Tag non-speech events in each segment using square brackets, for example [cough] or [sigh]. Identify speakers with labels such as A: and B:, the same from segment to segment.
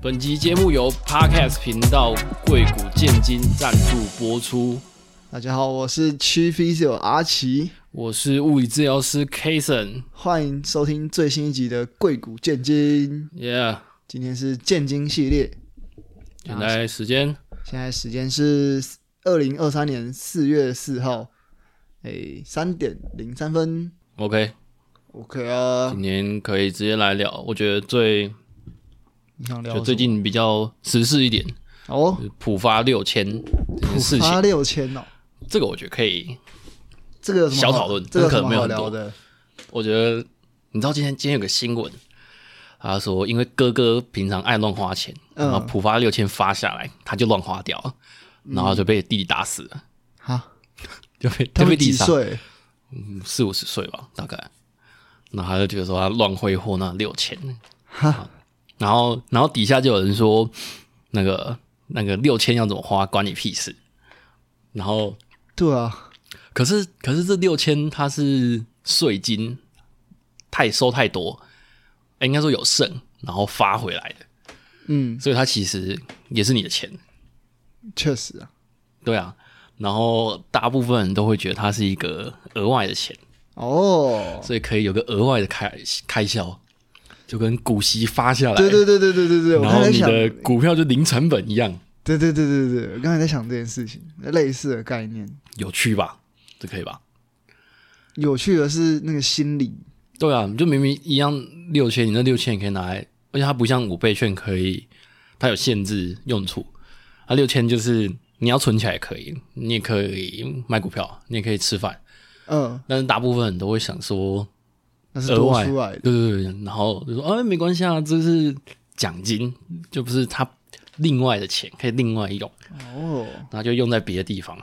A: 本集节目由 Podcast 频道贵谷建金赞助播出。
B: 大家好，我是区 Physio 阿奇，
A: 我是物理治疗师 Kason，
B: 欢迎收听最新一集的贵谷建金。
A: Yeah，
B: 今天是建金系列，
A: 现在时间
B: 现在时间是二零二三年四月四号，诶，三点零三分。
A: OK，
B: OK 啊，
A: 今天可以直接来聊。我觉得最
B: 你想聊
A: 就最
B: 什么
A: 近比较时事一点，
B: 哦
A: 就，是浦发六千这件事
B: 发
A: 情，
B: 六千哦，
A: 这个我觉得可以。
B: 这个有什么
A: 小
B: 好
A: 讨论
B: 这个有
A: 这可能
B: 什么
A: 没有很
B: 好聊
A: 多
B: 的
A: 我觉得你知道今天今天有个新闻，他说因为哥哥平常爱乱花钱，
B: 嗯
A: 然后浦发六千发下来，他就乱花掉了，
B: 嗯
A: 然后就被弟弟打死了，
B: 哈，
A: 就被
B: 他
A: 就被
B: 们
A: 弟
B: 几
A: 弟杀
B: 岁？
A: 四五十岁吧，大概。然后他就觉得说他乱挥霍那六千，啊
B: 哈，
A: 然后然后底下就有人说那个那个六千要怎么花关你屁事。然后
B: 对啊，
A: 可是可是这六千它是税金太收太多，哎应该说有剩，然后发回来的，
B: 嗯，
A: 所以它其实也是你的钱，
B: 确实啊，
A: 对啊。然后大部分人都会觉得它是一个额外的钱，
B: 哦，
A: 所以可以有个额外的开开销，就跟股息发下来，
B: 对对对对对对对，我
A: 然
B: 刚
A: 后
B: 才
A: 你
B: 想，
A: 的股票就零成本一样，
B: 对对对对对，我刚才在想这件事情，类似的概念。
A: 有趣吧？这可以吧？
B: 有趣的是那个心理，
A: 对啊，就明明一样六千，你那六千也可以拿来，而且它不像五倍券可以，它有限制用处。啊，六千就是你要存起来也可以，你也可以买股票，你也可以吃饭，
B: 嗯，
A: 但是大部分人都会想说
B: 那是
A: 额
B: 多
A: 外，
B: 出来的，
A: 对对对，然后就说哎没关系啊，这是奖金，就不是他另外的钱可以另外用，
B: 哦。
A: 然后就用在别的地方。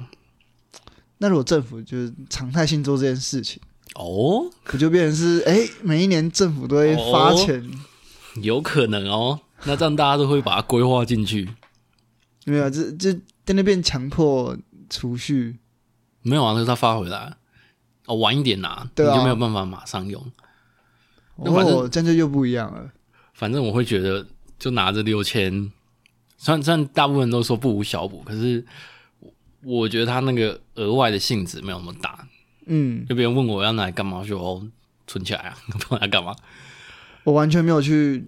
B: 那如果政府就是常态性做这件事情，
A: 哦，
B: 可就变成是哎、每一年政府都会发钱，
A: 有可能哦，那这样大家都会把它规划进去。
B: 没有，这这在那边强迫储蓄，
A: 没有啊，那是他发回来，哦，晚一点拿，
B: 对啊
A: 你就没有办法马上用。那反正
B: 哦，这样就又不一样了。
A: 反正我会觉得，就拿着六千，虽然虽然大部分人都说不无小补，可是我我觉得他那个额外的性质没有那么大。
B: 嗯，
A: 就别人问我要拿来干嘛，我就哦存起来啊， [laughs] 不然要干嘛？
B: 我完全没有去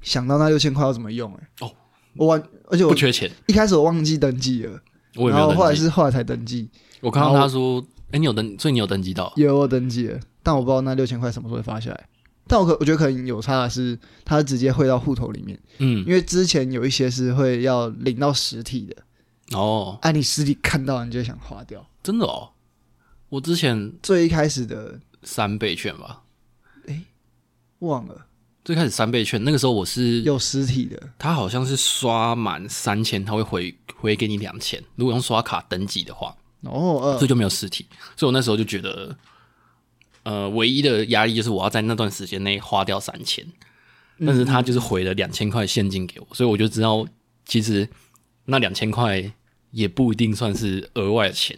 B: 想到那六千块要怎么用、哎，
A: 哦，
B: 我完，而且
A: 不
B: 我
A: 缺钱，
B: 一开始我忘记登记了，
A: 我也没
B: 然
A: 有
B: 后后来
A: 登记。
B: 是后来才登记，
A: 我看到
B: 然后
A: 他说，哎、你有登，所以你有登记到，
B: 有我登记了，但我不知道那六千块什么时候会发下来。但我可我觉得可能有差的是，它直接汇到户头里面，
A: 嗯，
B: 因为之前有一些是会要领到实体的，
A: 哦，
B: 啊，你实体看到你就会想花掉。
A: 真的哦，我之前
B: 最一开始的
A: 三倍券吧，
B: 忘了
A: 最开始三倍券，那个时候我是
B: 有实体的，
A: 他好像是刷满三千，他会回回给你两千。如果用刷卡登记的话，
B: 然后
A: 所以
B: 呃，
A: 就没有实体。所以我那时候就觉得，呃，唯一的压力就是我要在那段时间内花掉三千，但是他就是回了两千块现金给我，所以我就知道其实那两千块也不一定算是额外的钱，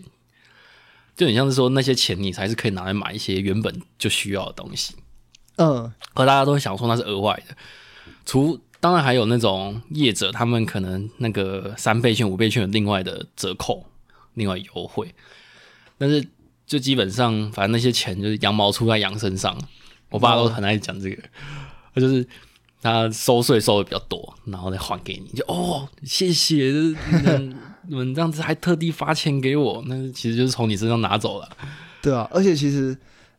A: 就很像是说那些钱你才是可以拿来买一些原本就需要的东西。
B: 嗯，
A: 和大家都会想说那是额外的。除当然还有那种业者，他们可能那个三倍券、五倍券有另外的折扣、另外优惠，但是就基本上反正那些钱就是羊毛出在羊身上。我爸都很爱讲这个，他就是他收税收的比较多，然后再还给你，就哦谢谢，就是你们 [laughs] 你们这样子还特地发钱给我，那其实就是从你身上拿走了。
B: 对啊，而且其实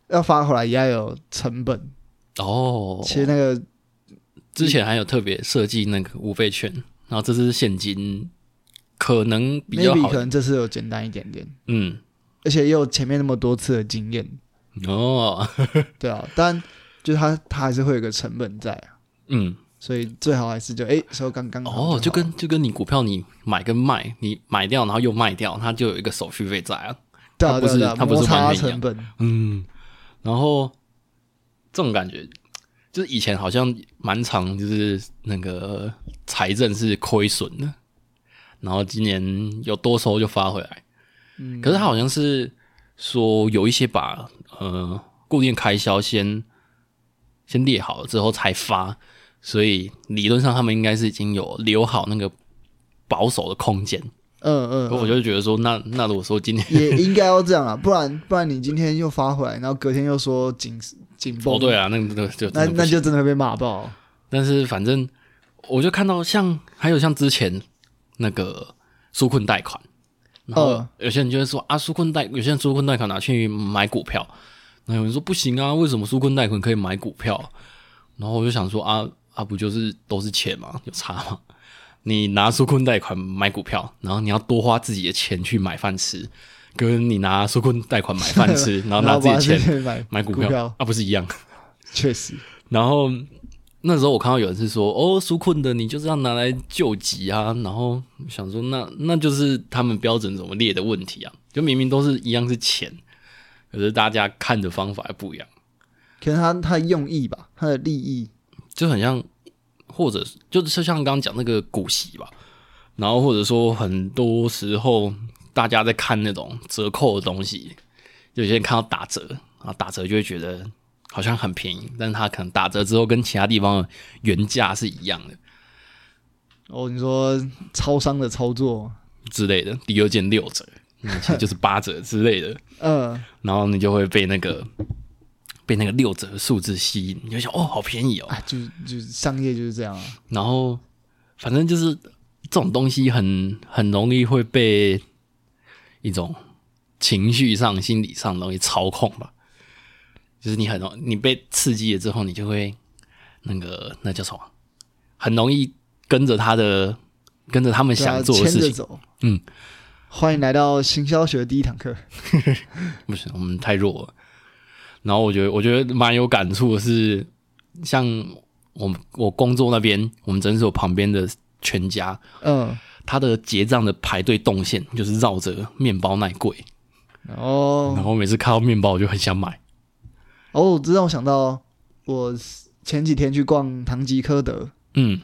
B: 要发回来也要有成本，
A: 哦，
B: 其实那个
A: 之前还有特别设计那个五倍券，然后这次是现金，可能比较
B: maybe
A: 好
B: 可。能这次有简单一点点，
A: 嗯，
B: 而且也有前面那么多次的经验，
A: 哦， [laughs]
B: 对啊，但就是它它还是会有个成本在啊，
A: 嗯，
B: 所以最好还是就哎收刚刚好
A: 哦，就
B: 就好
A: 跟就跟你股票你买跟卖，你买掉然后又卖掉，它就有一个手续费在啊。
B: 对啊
A: 它不
B: 对啊
A: 是
B: 对啊，
A: 它不是
B: 摩擦
A: 完全一
B: 成
A: 样
B: 本，
A: 嗯，然后这种感觉就是以前好像蛮长，就是那个财政是亏损的，然后今年有多收就发回来。
B: 嗯
A: 可是他好像是说有一些把呃固定开销先先列好了之后才发，所以理论上他们应该是已经有留好那个保守的空间。
B: 嗯嗯，
A: 我
B: 嗯
A: 就觉得说，那那如果说今天
B: 也应该要这样啊，不然不然你今天又发回来，然后隔天又说紧紧绷，
A: 哦对啊，那个那个就真的
B: 那
A: 不
B: 那
A: 行
B: 就真的会被骂爆。
A: 但是反正我就看到像还有像之前那个纾困贷款，然后
B: 嗯
A: 有些人就会说啊，纾困贷有些人纾困贷款拿去买股票，那有人说不行啊，为什么纾困贷款可以买股票？然后我就想说啊啊，不就是都是钱吗？有差吗？你拿纾困贷款买股票，然后你要多花自己的钱去买饭吃，跟你拿纾困贷款买饭 [laughs] 吃，然后拿自己
B: 把
A: 的钱
B: 钱买
A: 买股票，啊，不是一样？
B: 确实，
A: 然后那时候我看到有人是说，哦，纾困的你就是要拿来救急啊，然后想说那那就是他们标准怎么列的问题啊，就明明都是一样是钱，可是大家看的方法又不一样，
B: 可能他他的用意吧，他的利益，
A: 就很像，或者就是就像刚刚讲那个股息吧，然后或者说很多时候大家在看那种折扣的东西，有些人看到打折啊，打折就会觉得好像很便宜，但是他可能打折之后跟其他地方的原价是一样的。
B: 哦，你说超商的操作，
A: 之类的，第二件六折，嗯其实就是八折之类的， [laughs]
B: 嗯，
A: 然后你就会被那个被那个六折数字吸引，你就想哦，好便宜哦。
B: 啊，就就商业就是这样啊，
A: 然后反正就是这种东西很很容易会被一种情绪上、心理上的东西操控吧。就是你很容你被刺激了之后，你就会那个那叫什么，很容易跟着他的跟着他们
B: 对啊
A: 想做的事
B: 牵
A: 情
B: 着。走，
A: 嗯，
B: 欢迎来到行销学的第一堂课，
A: 不行，我们太弱了。然后我觉得，我觉得蛮有感触的是，像我们我工作那边，我们诊所旁边的全家，
B: 嗯，
A: 它的结账的排队动线就是绕着面包那一柜。
B: 然后
A: 然后每次看到面包，我就很想买。
B: 哦，这让我想到我前几天去逛唐吉诃德，
A: 嗯，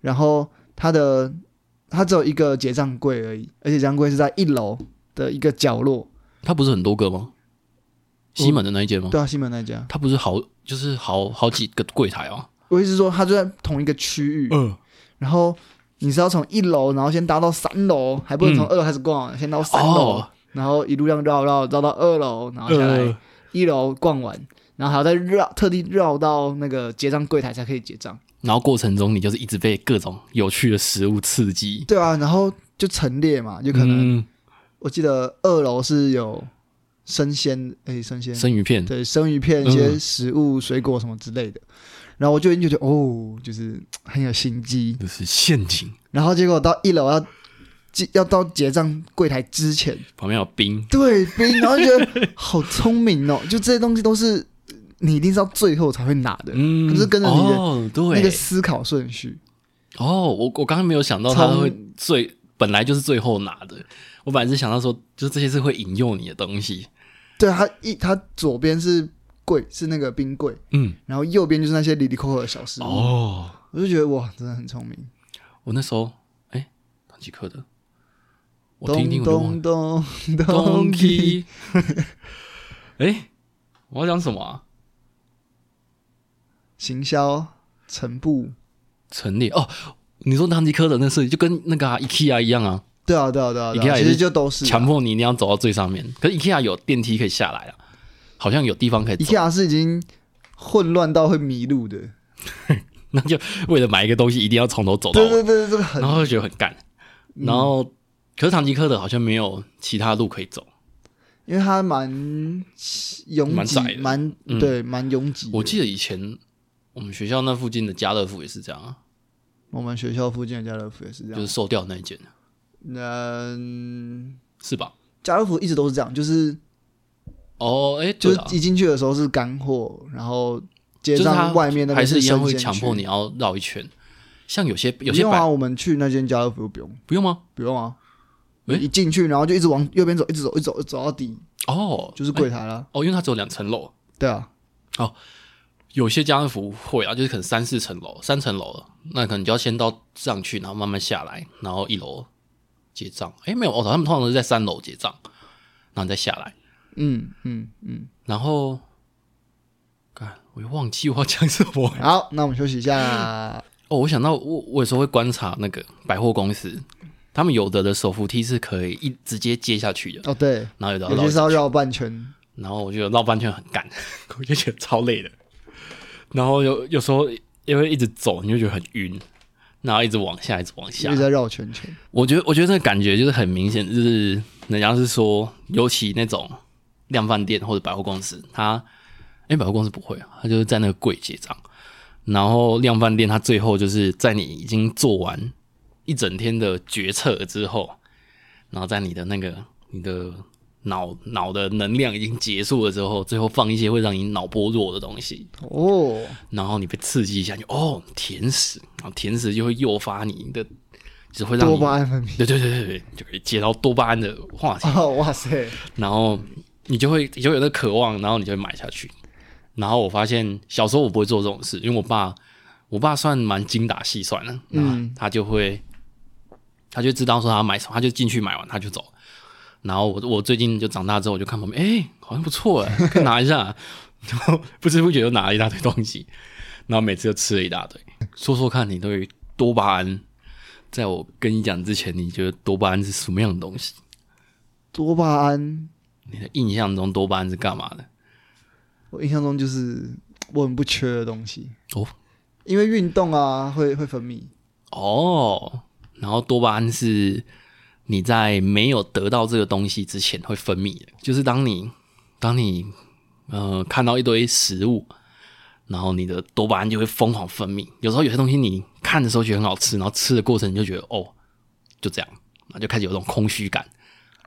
B: 然后它的它只有一个结账柜而已，而且结账柜是在一楼的一个角落，
A: 它不是很多个吗？西门的那一间吗？
B: 对啊，西门那家。
A: 它不是好就是好好几个柜台哦。
B: 我意思是说，它就在同一个区域，
A: 嗯，
B: 然后你是要从一楼，然后先搭到三楼，还不能从
A: 嗯
B: 二楼开始逛，先到三楼，
A: 哦，
B: 然后一路这样绕绕绕到二楼，然后下来
A: 呃，
B: 一楼逛完，然后还要再绕特地绕到那个结账柜台才可以结账。
A: 然后过程中你就是一直被各种有趣的食物刺激，
B: 对啊，然后就陈列嘛，就可能、
A: 嗯
B: 我记得二楼是有生鲜，诶，生鲜
A: 生鱼片，
B: 对，生鱼片、
A: 嗯
B: 一些食物、水果什么之类的。然后我就已经觉得哦，就是嘖很有心机。
A: 就是陷阱。
B: 然后结果到一楼要结要到结账柜台之前，
A: 旁边有冰，
B: 对，冰，然后就觉得好聪明哦， [laughs] 就这些东西都是你一定是到最后才会拿的，
A: 嗯
B: 可是跟着你的
A: 哦，
B: 那
A: 对，
B: 个思考顺序。
A: 哦，我我刚刚没有想到他
B: 从
A: 会最本来就是最后拿的，我本来是想到说，就是这些是会引诱你的东西，
B: 对，它一它左边是柜，是那个冰柜，
A: 嗯，
B: 然后右边就是那些里里扣扣的小食物。
A: 哦，
B: 我就觉得哇，真的很聪明。
A: 我那时候，哎，唐吉诃德，我听一听
B: 咚
A: 我就忘了 [laughs]
B: 咚咚
A: 东
B: 咚，
A: 基，哎，我要讲什么啊？
B: 行销成部。
A: 陈列哦，你说唐吉诃德那是就跟那个、啊、IKEA 一样啊，
B: 对啊，对啊，对啊，对
A: IKEA
B: 啊
A: 也
B: 其
A: 是
B: 实就都是啊
A: 强迫你一定要走到最上面，可是 IKEA 有电梯可以下来啊，好像有地方可以走，
B: IKEA 是已经混乱到会迷路的。
A: 那就 [laughs] 为了买一个东西，一定要从头走到
B: 对
A: 尾。[laughs]
B: 对对，嗯这个很
A: 然后就觉得很干。然后，可是唐吉诃德好像没有其他路可以走。
B: 因为它蛮拥
A: 蛮窄
B: 挤，
A: 的
B: 蛮
A: 嗯
B: 对，蛮拥挤的。
A: 我记得以前我们学校那附近的家乐福也是这样啊，
B: 我们学校附近的家乐福也是这
A: 就是
B: 样。
A: 售掉那一间，啊
B: 嗯，
A: 是吧？
B: 家乐福一直都是这样，就是
A: 哦，哎，
B: 就
A: 对
B: 是
A: 啊，
B: 一进去的时候是干货，然后
A: 就
B: 街
A: 是他
B: 上外面那
A: 还
B: 边
A: 是一样
B: 生
A: 会
B: 鲜
A: 强迫你
B: 区。
A: 要绕一圈。像有些有
B: 不
A: 些
B: 用
A: 百
B: 啊，我们去那间家乐福不用，
A: 不用吗？
B: 不用啊。
A: 诶
B: 一进去，然后就一直往右边走，一直走，一直走，走到底
A: 哦，
B: 就是
A: 哎
B: 柜台了。
A: 哦，因为它只有两层楼。
B: 对啊，
A: 有些家乐福会啊，就是可能三四层楼、三层楼了，那可能就要先到上去，然后慢慢下来，然后一楼结账。哎，没有哦，他们通常都是在三楼结账，然后你再下来。
B: 嗯嗯嗯，
A: 然后，干，我又忘记我要讲什么 [laughs] 了。
B: 好，那我们休息
A: [laughs]
B: 一下。
A: 哦，我想到我我有时候会观察那个百货公司，他们有的的手扶梯是可以一直接接下去的，
B: 哦，对，
A: 然后有的要
B: 有
A: 绕
B: 些是要绕半圈，
A: 然后我就绕半圈很赶， [laughs] 我就觉得超累的。然后有有时候因为一直走，你就觉得很晕，然后一直往下，一直往
B: 一
A: 下
B: 直。在绕圈圈。
A: 我觉得我觉得这个感觉就是很明显，就是人家是说，尤其那种量贩店或者百货公司，它哎百货公司不会啊，它就是在那个柜结账。然后量贩店它最后就是在你已经做完一整天的决策之后，然后在你的那个你的脑脑的能量已经结束了之后，最后放一些会让你脑波弱的东西，
B: 哦，
A: 然后你被刺激一下就哦甜食，然后甜食就会诱发你的，只会让
B: 多
A: 你
B: 巴胺分泌。
A: 对对对对对，就可以接到多巴胺的话题，
B: 哦， [laughs] 哇塞，
A: 然后你就会你就会有那个渴望，然后你就会买下去。然后我发现小时候我不会做这种事，因为我爸我爸算蛮精打细算的，嗯，他就会他就知道说他买什么，他就进去买完他就走。然后我我最近就长大之后，我就看旁边，哎、好像不错哎，可以拿一下。然后不知不觉就拿了一大堆东西，然后每次就吃了一大堆。说说看，你对于多巴胺，在我跟你讲之前，你觉得多巴胺是什么样的东西？
B: 多巴胺，
A: 你的印象中多巴胺是干嘛的？
B: 我印象中就是我很不缺的东西，
A: 哦
B: 因为运动啊会会分泌。
A: 哦，然后多巴胺是你在没有得到这个东西之前会分泌的，就是当你当你呃看到一堆食物，然后你的多巴胺就会疯狂分泌。有时候有些东西你看的时候觉得很好吃，然后吃的过程你就觉得哦就这样，然后就开始有种空虚感。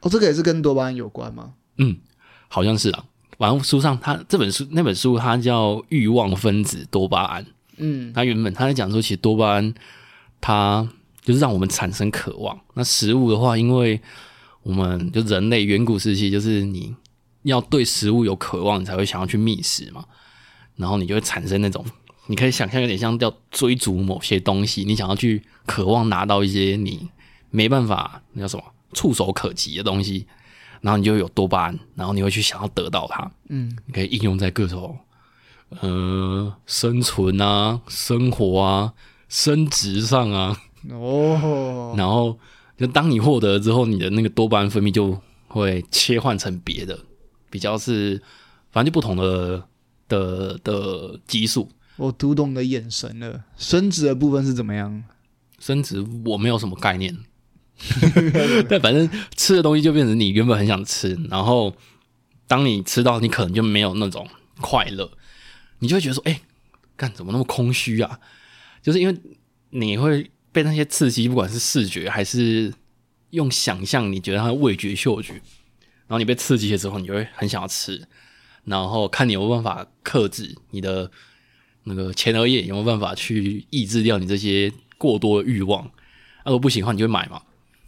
B: 哦，这个也是跟多巴胺有关吗？
A: 嗯，好像是啊。反正书上它这本书那本书它叫《欲望分子多巴胺》。
B: 嗯，
A: 他原本他在讲说，其实多巴胺它就是让我们产生渴望。那食物的话，因为我们就人类远古时期，就是你要对食物有渴望，你才会想要去觅食嘛。然后你就会产生那种，你可以想象有点像要追逐某些东西，你想要去渴望拿到一些你没办法那叫什么触手可及的东西，然后你就会有多巴胺，然后你会去想要得到它。
B: 嗯，
A: 你可以应用在各种呃生存啊、生活啊、升职上啊。
B: 嗯哦，
A: 然后，就当你获得之后，你的那个多巴胺分泌就会切换成别的，比较是反正就不同的的的激素。
B: 我读懂你的眼神了。生殖的部分是怎么样？
A: 升职我没有什么概念， [laughs] 但反正吃的东西就变成你原本很想吃，然后当你吃到，你可能就没有那种快乐，你就会觉得说，哎、干怎么那么空虚啊？就是因为你会被那些刺激，不管是视觉还是用想象，你觉得它的味觉、嗅觉，然后你被刺激了之后，你就会很想要吃，然后看你有没有办法克制你的那个前额叶有没有办法去抑制掉你这些过多的欲望。啊如果不行的话，你就会买嘛。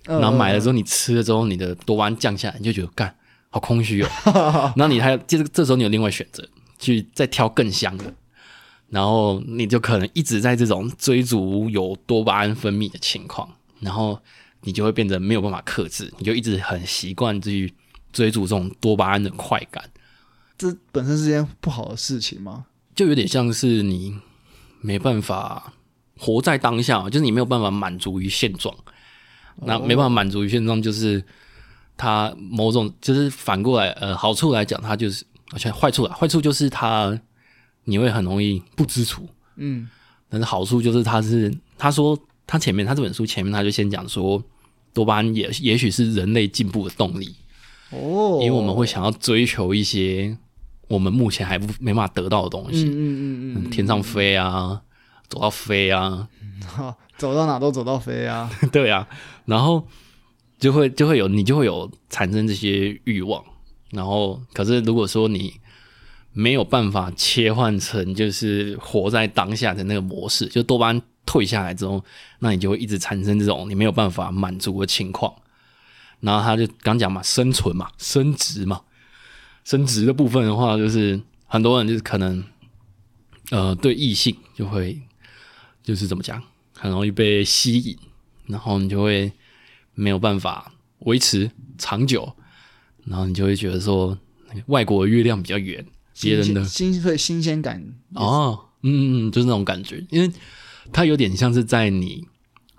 A: 然后买了之后，你吃了之后，你的多巴胺降下来，你就觉得干好空虚哦。 [laughs] 然后你还有这这时候你有另外选择，去再挑更香的。然后你就可能一直在这种追逐有多巴胺分泌的情况，然后你就会变得没有办法克制，你就一直很习惯去追逐这种多巴胺的快感。
B: 这本身是件不好的事情吗？
A: 就有点像是你没办法活在当下，就是你没有办法满足于现状。
B: 哦
A: 那没办法满足于现状，就是它某种就是反过来，呃，好处来讲，它就是而且坏处啊，坏处就是它你会很容易不知足，
B: 嗯，
A: 但是好处就是它是他说他前面他这本书前面他就先讲说多巴胺也也许是人类进步的动力，
B: 哦，
A: 因为我们会想要追求一些我们目前还不没办法得到的东西。
B: 嗯嗯嗯嗯
A: 嗯，天上飞啊，走到飞啊，
B: 嗯，好，走到哪都走到飞
A: [laughs]
B: 啊。
A: 对啊，然后就会就会有你就会有产生这些欲望，然后可是如果说你没有办法切换成就是活在当下的那个模式，就多巴胺退下来之后，那你就会一直产生这种你没有办法满足的情况。然后他就刚讲嘛，生存嘛，升职嘛，升职的部分的话，就是很多人就是可能呃对异性就会就是怎么讲，很容易被吸引，然后你就会没有办法维持长久，然后你就会觉得说那个外国的月亮比较圆，别人的
B: 新新所以新鲜感
A: 哦，嗯嗯，嗯，就是那种感觉，因为它有点像是在你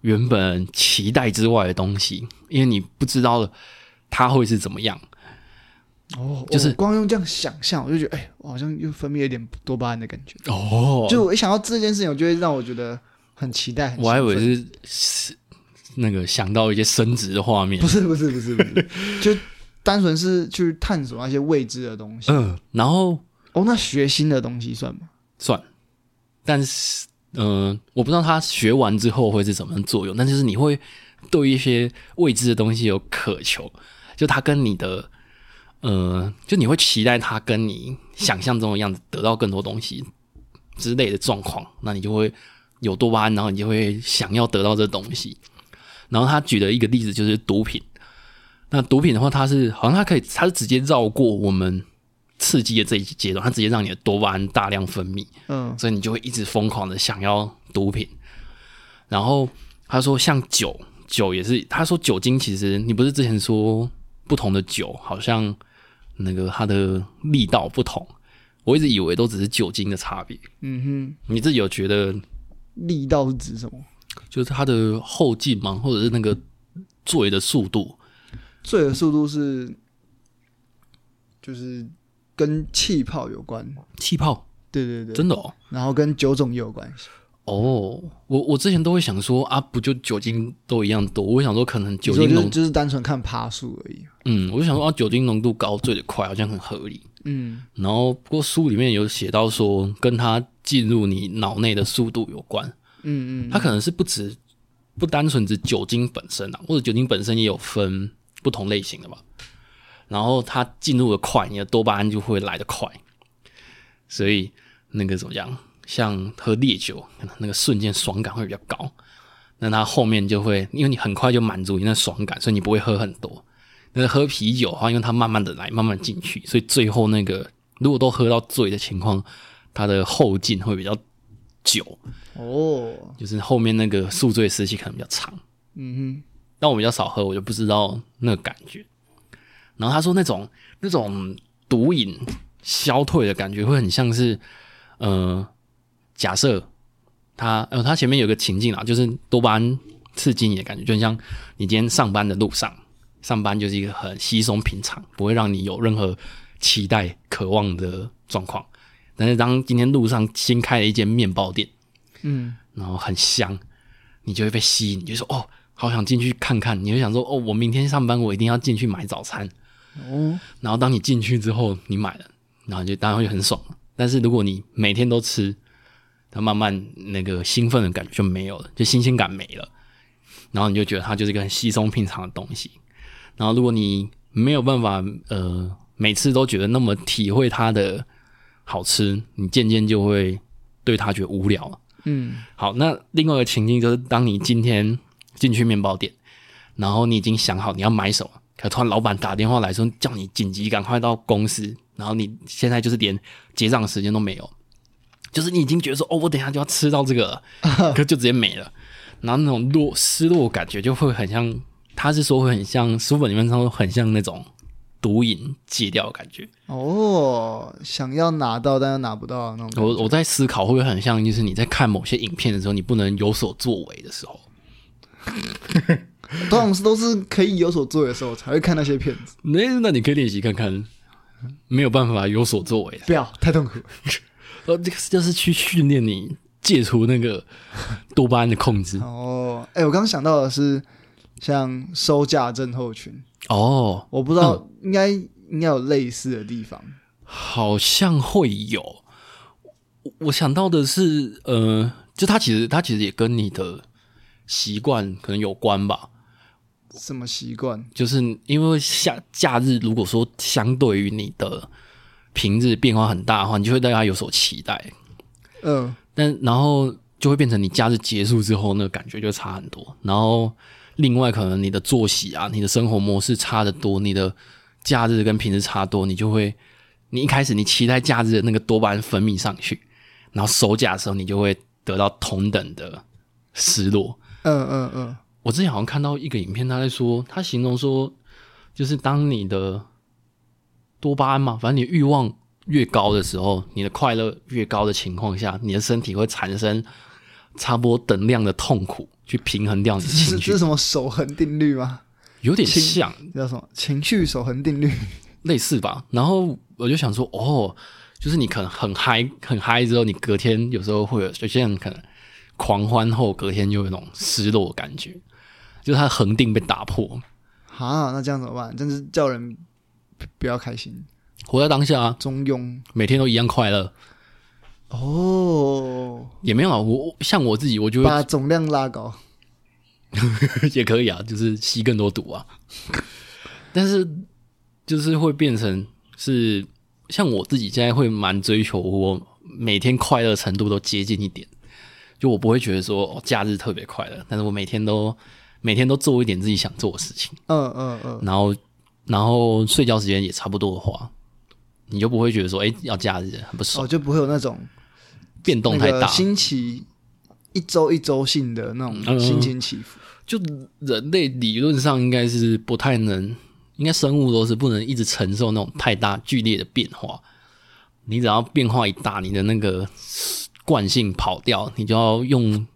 A: 原本期待之外的东西，因为你不知道它会是怎么样。
B: 哦，
A: 就是
B: 我光用这样想象，我就觉得哎、我好像又分泌了一点多巴胺的感觉。
A: 哦
B: 就我一想到这件事情，我就会让我觉得很期待。很
A: 我还以
B: 兴
A: 为
B: 奋
A: 是是那个想到一些升值的画面
B: 不，是不是不是不是， [laughs] 就单纯是去探索那些未知的东西。
A: 嗯，然后
B: 哦，那学新的东西算吗？
A: 算，但是嗯、呃我不知道他学完之后会是什么样的作用，但就是你会对一些未知的东西有渴求，就它跟你的呃，就你会期待它跟你想象中的样子得到更多东西之类的状况，那你就会有多巴胺，然后你就会想要得到这东西。然后他举的一个例子就是毒品，那毒品的话，它是好像它可以，它是直接绕过我们刺激的这一阶段，它直接让你的多巴胺大量分泌，
B: 嗯，
A: 所以你就会一直疯狂的想要毒品。然后他说，像酒，酒也是，他说酒精其实你不是之前说不同的酒好像那个它的力道不同，我一直以为都只是酒精的差别。
B: 嗯
A: 你自己有觉得
B: 哼，力道是指什么？
A: 就是它的后劲吗，或者是那个醉的速度？
B: 醉的速度是，就是跟气泡有关，
A: 气泡
B: 对对对，
A: 真的哦。
B: 然后跟酒种也有关系。
A: 哦，我我之前都会想说啊，不就酒精都一样多？我想说可能酒
B: 你说
A: 精
B: 就
A: 浓
B: 是，就是单纯看趴数而已。
A: 嗯，我就想说啊，酒精浓度高醉得快好像很合理。
B: 嗯，
A: 然后不过书里面有写到说，跟它进入你脑内的速度有关，
B: 嗯嗯，
A: 它可能是不止不单纯指酒精本身啊，或者酒精本身也有分不同类型的吧。然后它进入的快，你的多巴胺就会来得快，所以那个怎么讲，像喝烈酒，那个瞬间爽感会比较高。那它后面就会，因为你很快就满足你那爽感，所以你不会喝很多。但是喝啤酒的话，因为它慢慢的来，慢慢进去，所以最后那个如果都喝到醉的情况，它的后劲会比较久，
B: 哦，
A: 就是后面那个宿醉时期可能比较长。
B: 嗯
A: 但我比较少喝，我就不知道那个感觉。然后他说那种那种毒瘾消退的感觉，会很像是，呃，假设他呃他前面有个情境啊，就是多巴胺刺激你的感觉，就很像你今天上班的路上，上班就是一个很稀松平常，不会让你有任何期待、渴望的状况。但是当今天路上新开了一间面包店，
B: 哼，嗯，
A: 然后很香，你就会被吸引，你就说哦，好想进去看看，你就想说哦，我明天上班我一定要进去买早餐。
B: 哦，
A: 然后当你进去之后，你买了，然后你就当然会很爽。但是如果你每天都吃，它慢慢那个兴奋的感觉就没有了，就新鲜感没了，然后你就觉得它就是一个很稀松平常的东西。然后如果你没有办法呃每次都觉得那么体会它的好吃，你渐渐就会对它觉得无聊了。
B: 嗯
A: 好，那另外一个情境就是，当你今天进去面包店，然后你已经想好你要买什么，可突然老板打电话来说叫你紧急赶快到公司，然后你现在就是连结账时间都没有，就是你已经觉得说哦，我等一下就要吃到这个了，可就直接没了，然后那种落失落感觉就会很像，他是说会很像书本里面说很像那种毒瘾戒掉的感觉。
B: 哦，想要拿到但又拿不到的那种感觉。
A: 我我在思考会不会很像，就是你在看某些影片的时候，你不能有所作为的时候。
B: 通常是都是可以有所作为的时候我才会看那些片子，
A: 那那你可以练习看看，没有办法有所作为，
B: 不要太痛苦。
A: 呃，这个就是去训练你戒除那 [laughs] 个多巴胺的控制。
B: 哦，哎、我刚刚想到的是像收价症候群，
A: 哦，
B: 我不知道、应该应该有类似的地方。
A: 好像会有。我我想到的是，呃，就它其实它其实也跟你的习惯可能有关吧。
B: 什么习惯？
A: 就是因为夏假日，如果说相对于你的平日变化很大的话，你就会对它有所期待。
B: 嗯、
A: 但然后就会变成你假日结束之后，那个感觉就差很多。然后另外可能你的作息啊、你的生活模式差得多，你的假日跟平时差多，你就会你一开始你期待假日的那个多巴胺分泌上去，然后收假的时候你就会得到同等的失落。
B: 嗯嗯嗯，
A: 我之前好像看到一个影片，他在说，他形容说，就是当你的多巴胺嘛，反正你的欲望越高的时候，你的快乐越高的情况下，你的身体会产生差不多等量的痛苦，去平衡掉你的
B: 这是
A: 情
B: 这
A: 绪
B: 是，什么守恒定律吗？
A: 有点
B: 情
A: 像
B: 这叫什么情绪守恒定律？ [laughs]
A: 类似吧。然后我就想说，哦，就是你可能很嗨，很嗨之后，你隔天有时候会有有些人可能狂欢后，隔天就有那种失落的感觉，就是他恒定被打破，
B: 哈，那这样怎么办？真是叫人不不要开心，
A: 活在当下啊，
B: 中庸
A: 每天都一样快乐。
B: 哦，
A: 也没有啊，我我像我自己，我就会
B: 把总量拉高。
A: [laughs] 也可以啊，就是吸更多毒啊。 [laughs] 但是就是会变成是像我自己现在会蛮追求我每天快乐程度都接近一点，就我不会觉得说、哦、假日特别快乐，但是我每天都每天都做一点自己想做的事情，
B: 嗯嗯嗯，
A: 然后然后睡觉时间也差不多的话，你就不会觉得说哎、要假日很不爽，
B: 哦，就不会有那种
A: 变动太
B: 那个
A: 大，
B: 星期一周一周性的那种
A: 嗯
B: 心情起伏。
A: 就人类理论上应该是不太能，应该生物都是不能一直承受那种太大剧烈的变化。你只要变化一大，你的那个惯性跑掉，你就要用，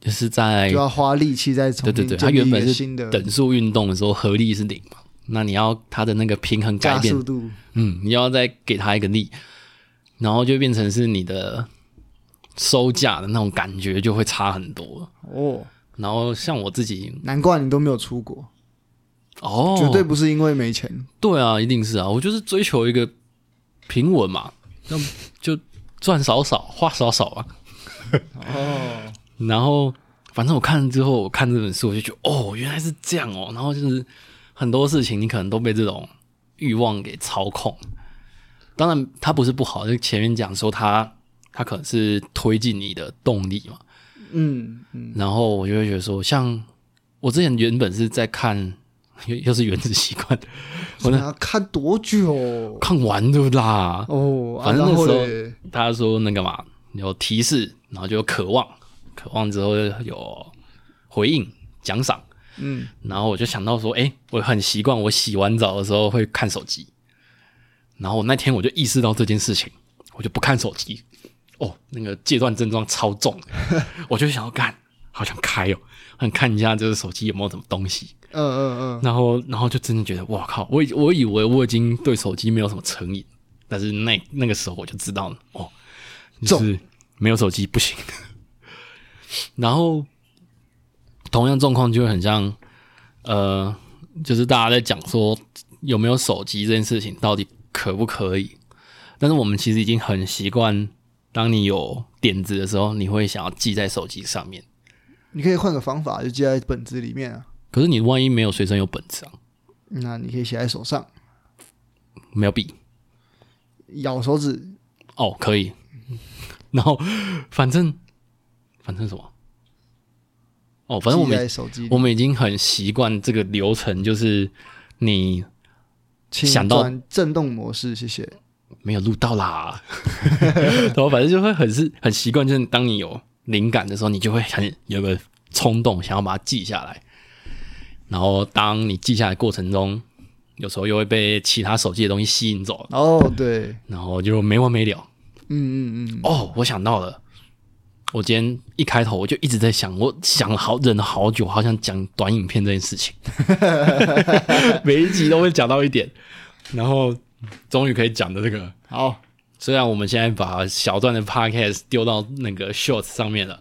A: 就是在
B: 就要花力气再重
A: 哎对
B: 新
A: 对对，它
B: 建
A: 原
B: 立一
A: 本
B: 个
A: 是
B: 新的
A: 等速运动的时候合力是零嘛，那你要它的那个平衡改
B: 加
A: 变
B: 速，度，
A: 嗯，你要再给它一个力，然后就变成是你的收价的那种感觉就会差很多。
B: 哦，
A: 然后像我自己，
B: 难怪你都没有出国，
A: 哦，
B: 绝对不是因为没钱。
A: 对啊，一定是啊，我就是追求一个平稳嘛，那就赚少少，花少少啊。
B: 哦，
A: 然后反正我看了之后，我看这本书，我就觉得哦，原来是这样哦。然后就是很多事情，你可能都被这种欲望给操控。当然，它不是不好，就前面讲说它它可能是推进你的动力嘛。
B: 嗯嗯，
A: 然后我就会觉得说，像我之前原本是在看，又又是原子习惯，我
B: 我
A: 那
B: 要看多久？
A: 看完的啦。
B: 哦，啊
A: 反正那
B: 然后
A: 时候
B: 嘞
A: 他说那个嘛，有提示，然后就有渴望，渴望之后有回应、奖赏，
B: 嗯，
A: 然后我就想到说，哎、我很习惯我洗完澡的时候会看手机，然后我那天我就意识到这件事情，我就不看手机，哦，那个戒断症状超重的， [laughs] 我就想要干，好想开哦，想看一下这个手机有没有什么东西，
B: 嗯嗯嗯，
A: 然后，然后就真的觉得，哇靠！我以我以为我已经对手机没有什么成瘾，但是那那个时候我就知道了，哦，就是没有手机不行。 [laughs] 然后，同样状况就会很像，呃，就是大家在讲说有没有手机这件事情到底可不可以？但是我们其实已经很习惯，当你有点子的时候，你会想要记在手机上面。
B: 你可以换个方法，就记在本子里面啊。
A: 可是你万一没有随身有本子啊，
B: 那你可以写在手上，
A: 没有笔，
B: 咬手指，
A: 哦，可以。 [laughs] 然后反正反正什么？哦，反正我
B: 记
A: 们
B: 在手机里。
A: 我们已经很习惯这个流程，就是你
B: 请
A: 想到
B: 转震动模式，谢谢。
A: 没有录到啦， [laughs] 然后反正就会很是很习惯，就是当你有灵感的时候，你就会很有个冲动，想要把它记下来。然后当你记下来的过程中，有时候又会被其他手机的东西吸引走，
B: 哦，对，
A: 然后就没完没了。
B: 嗯嗯嗯，
A: 哦，我想到了，我今天一开头我就一直在想，我想了好忍了好久，好想讲短影片这件事
B: [laughs]
A: 情， [laughs] 每一集都会讲到一点，然后终于可以讲的这个。
B: 好，
A: 虽然我们现在把小段的 podcast 丢到那个 shorts 上面了，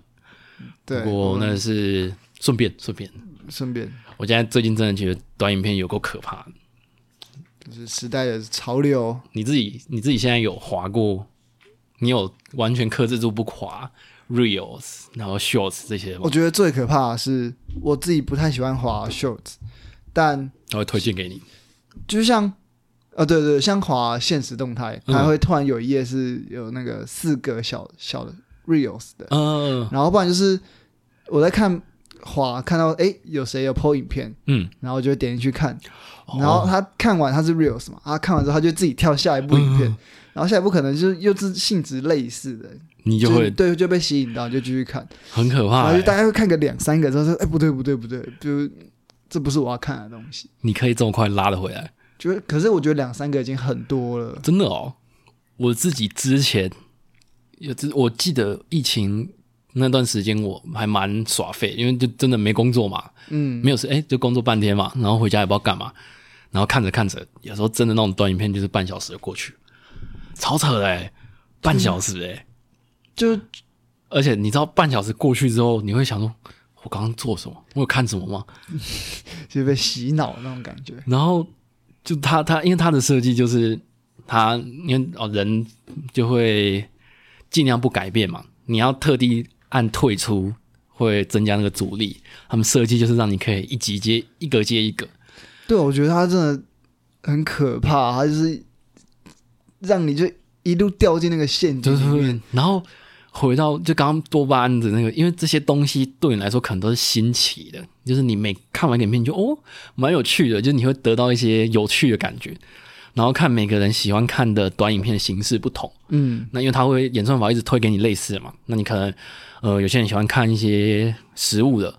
B: 对，
A: 不过
B: 我
A: 那是顺便顺便。
B: 顺便
A: 我现在最近真的觉得短影片有够可怕的。
B: 就是时代的潮流，
A: 你自己你自己现在有滑过，你有完全克制住不滑 reels，然后 shorts 这些吗
B: 我？觉得最可怕的是我自己不太喜欢滑 shorts，但
A: 他会推荐给你。
B: 就像呃，对对，像滑现实动态，
A: 嗯
B: 它会突然有一页是有那个四个小小的 reels 的，
A: 嗯
B: 然后不然就是我在看滑，看到诶有谁有 po 影片，
A: 嗯，
B: 然后我就会点进去看，然后他看完他是 reels 嘛，他啊看完之后他就自己跳下一部影片，然后下一部可能就是又是性质类似的，
A: 你就是会
B: 对就被吸引到，你就继续看，
A: 很可
B: 然
A: 怕
B: 后就
A: 欸、
B: 大概会看个两三个之后说，哎、不对不对不对，就这不是我要看的东西。
A: 你可以这么快拉得回来，
B: 就是，可是我觉得两三个已经很多了，
A: 真的哦。我自己之前有之，我记得疫情那段时间我还蛮耍废，因为就真的没工作嘛，
B: 嗯，
A: 没有事，哎、就工作半天嘛，然后回家也不知道干嘛，然后看着看着，有时候真的那种短影片就是半小时就过去，超扯的、欸，半小时哎、 [laughs]
B: 就
A: 而且你知道半小时过去之后，你会想说，我刚刚做什么？我有看什么吗？
B: 就被洗脑那种感觉。
A: 然后就他他，因为他的设计就是他，因为哦人就会尽量不改变嘛，你要特地按退出，会增加那个阻力。他们设计就是让你可以一集接一个接一个，
B: 对，我觉得他真的很可怕，他就是让你就一路掉进那个陷
A: 就
B: 阱
A: 是
B: 里
A: 会
B: 面。
A: 然后回到就刚刚多巴胺的那个，因为这些东西对你来说可能都是新奇的，就是你每看完一点片，你就哦蛮有趣的，就是你会得到一些有趣的感觉。然后看每个人喜欢看的短影片的形式不同，
B: 嗯，
A: 那因为它会演算法一直推给你类似的嘛，那你可能呃有些人喜欢看一些食物的，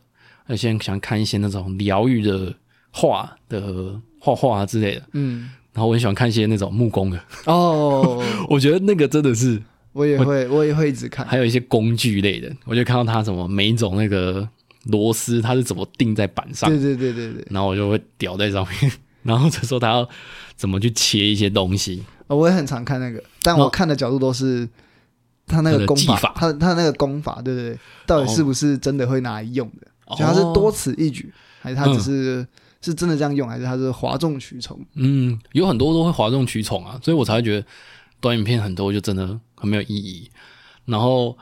A: 有些人喜欢看一些那种疗愈的画的画画之类的，
B: 嗯，
A: 然后我很喜欢看一些那种木工的，
B: 哦，
A: 我觉得那个真的是，
B: [laughs] 我也会，我也会一直看。
A: 还有一些工具类的，我就看到它什么每一种那个螺丝它是怎么钉在板上，
B: 对对对对对，
A: 然后我就会屌在上面， [laughs] 然后就说它要怎么去切一些东西，
B: 哦我也很常看那个，但我
A: 哦
B: 看的角度都是他那
A: 他
B: 个
A: 的
B: 功
A: 技
B: 法，
A: 法
B: 他他那个功法，对对对，到底是不是真的会拿来用的？
A: 哦
B: 就他是多此一举，还是他只是、是真的这样用，还是他是哗众取宠？
A: 嗯，有很多都会哗众取宠啊，所以我才会觉得短影片很多就真的很没有意义。然后，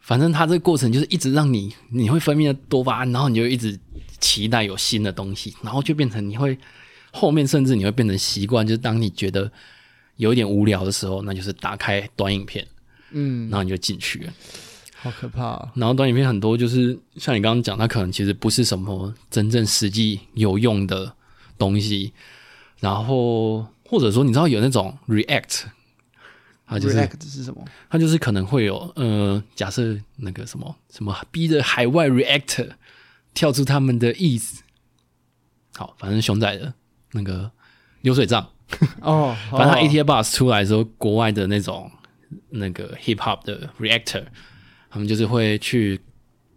A: 反正它这个过程就是一直让你你会分泌的多巴胺，然后你就一直期待有新的东西，然后就变成你会后面甚至你会变成习惯，就是当你觉得有一点无聊的时候，那就是打开短影片，
B: 嗯，
A: 然后你就进去了。
B: 好可怕、啊。
A: 然后短影片很多就是像你刚刚讲，它可能其实不是什么真正实际有用的东西，然后或者说你知道有那种 React，它就是
B: React 是什么？
A: 它就是可能会有呃，假设那个什么什么逼着海外 Reactor 跳出他们的意思，好，反正熊仔的那个流水账，
B: 哦，
A: 反正它
B: 一
A: ATA Bus 出来的时候，国外的那种那个 Hip Hop 的 Reactor，他们就是会去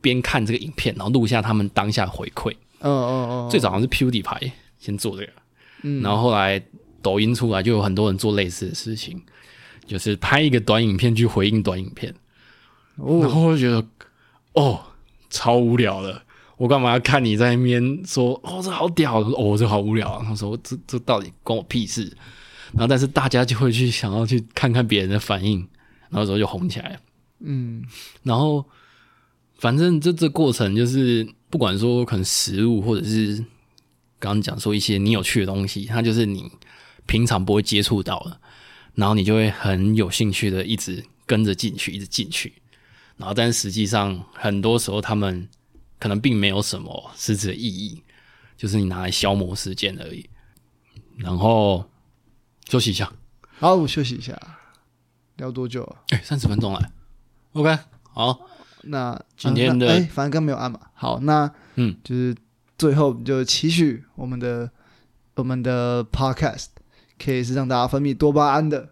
A: 边看这个影片，然后录下他们当下回馈。
B: 哦哦哦，
A: 最早好像是 PUD 牌先做这个，
B: 嗯
A: 然后后来抖音出来，就有很多人做类似的事情，就是拍一个短影片去回应短影片，然
B: 哦，
A: 后我就觉得哦，超无聊的。我干嘛要看你在那边说哦这好屌哦这好无聊、啊？他说这这到底关我屁事？然后但是大家就会去想要去看看别人的反应，然后之后就红起来了。
B: 嗯
A: 然后反正这这过程就是，不管说可能食物，或者是刚刚讲说一些你有趣的东西，它就是你平常不会接触到的，然后你就会很有兴趣的一直跟着进去，一直进去。然后，但实际上很多时候他们可能并没有什么实质的意义，就是你拿来消磨时间而已。然后休息一下，
B: 好，我休息一下。聊多久啊？
A: 哎，三十分钟了，OK，好，
B: 那
A: 今天的
B: 啊那哎、反正刚没有按嘛。好，那
A: 嗯，
B: 就是最后就期许我们的我们的 podcast 可以是让大家分泌多巴胺的，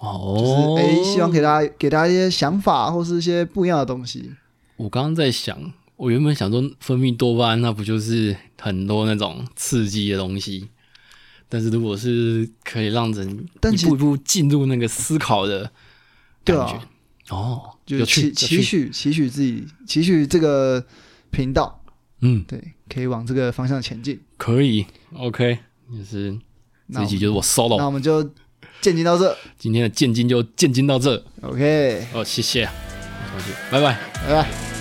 A: 哦，
B: 就是哎、希望给大家给大家一些想法或是一些不一样的东西。
A: 我刚刚在想，我原本想说分泌多巴胺，那不就是很多那种刺激的东西？但是如果是可以让人
B: 但
A: 一
B: 其实
A: 步一步进入那个思考的感
B: 对啊
A: 觉，哦，
B: 就是
A: 有趣
B: 期期，许期许自己期许这个频道，
A: 有趣嗯，
B: 对，可以往这个方向前进。
A: 可以，OK，就是
B: 那
A: 这一
B: 我
A: 集
B: 们
A: 就是我 solo，
B: 那我们就渐进到这
A: 今天的渐进就渐进到这，
B: ，OK，
A: 啊哦，谢谢，我上去拜拜。
B: 拜拜。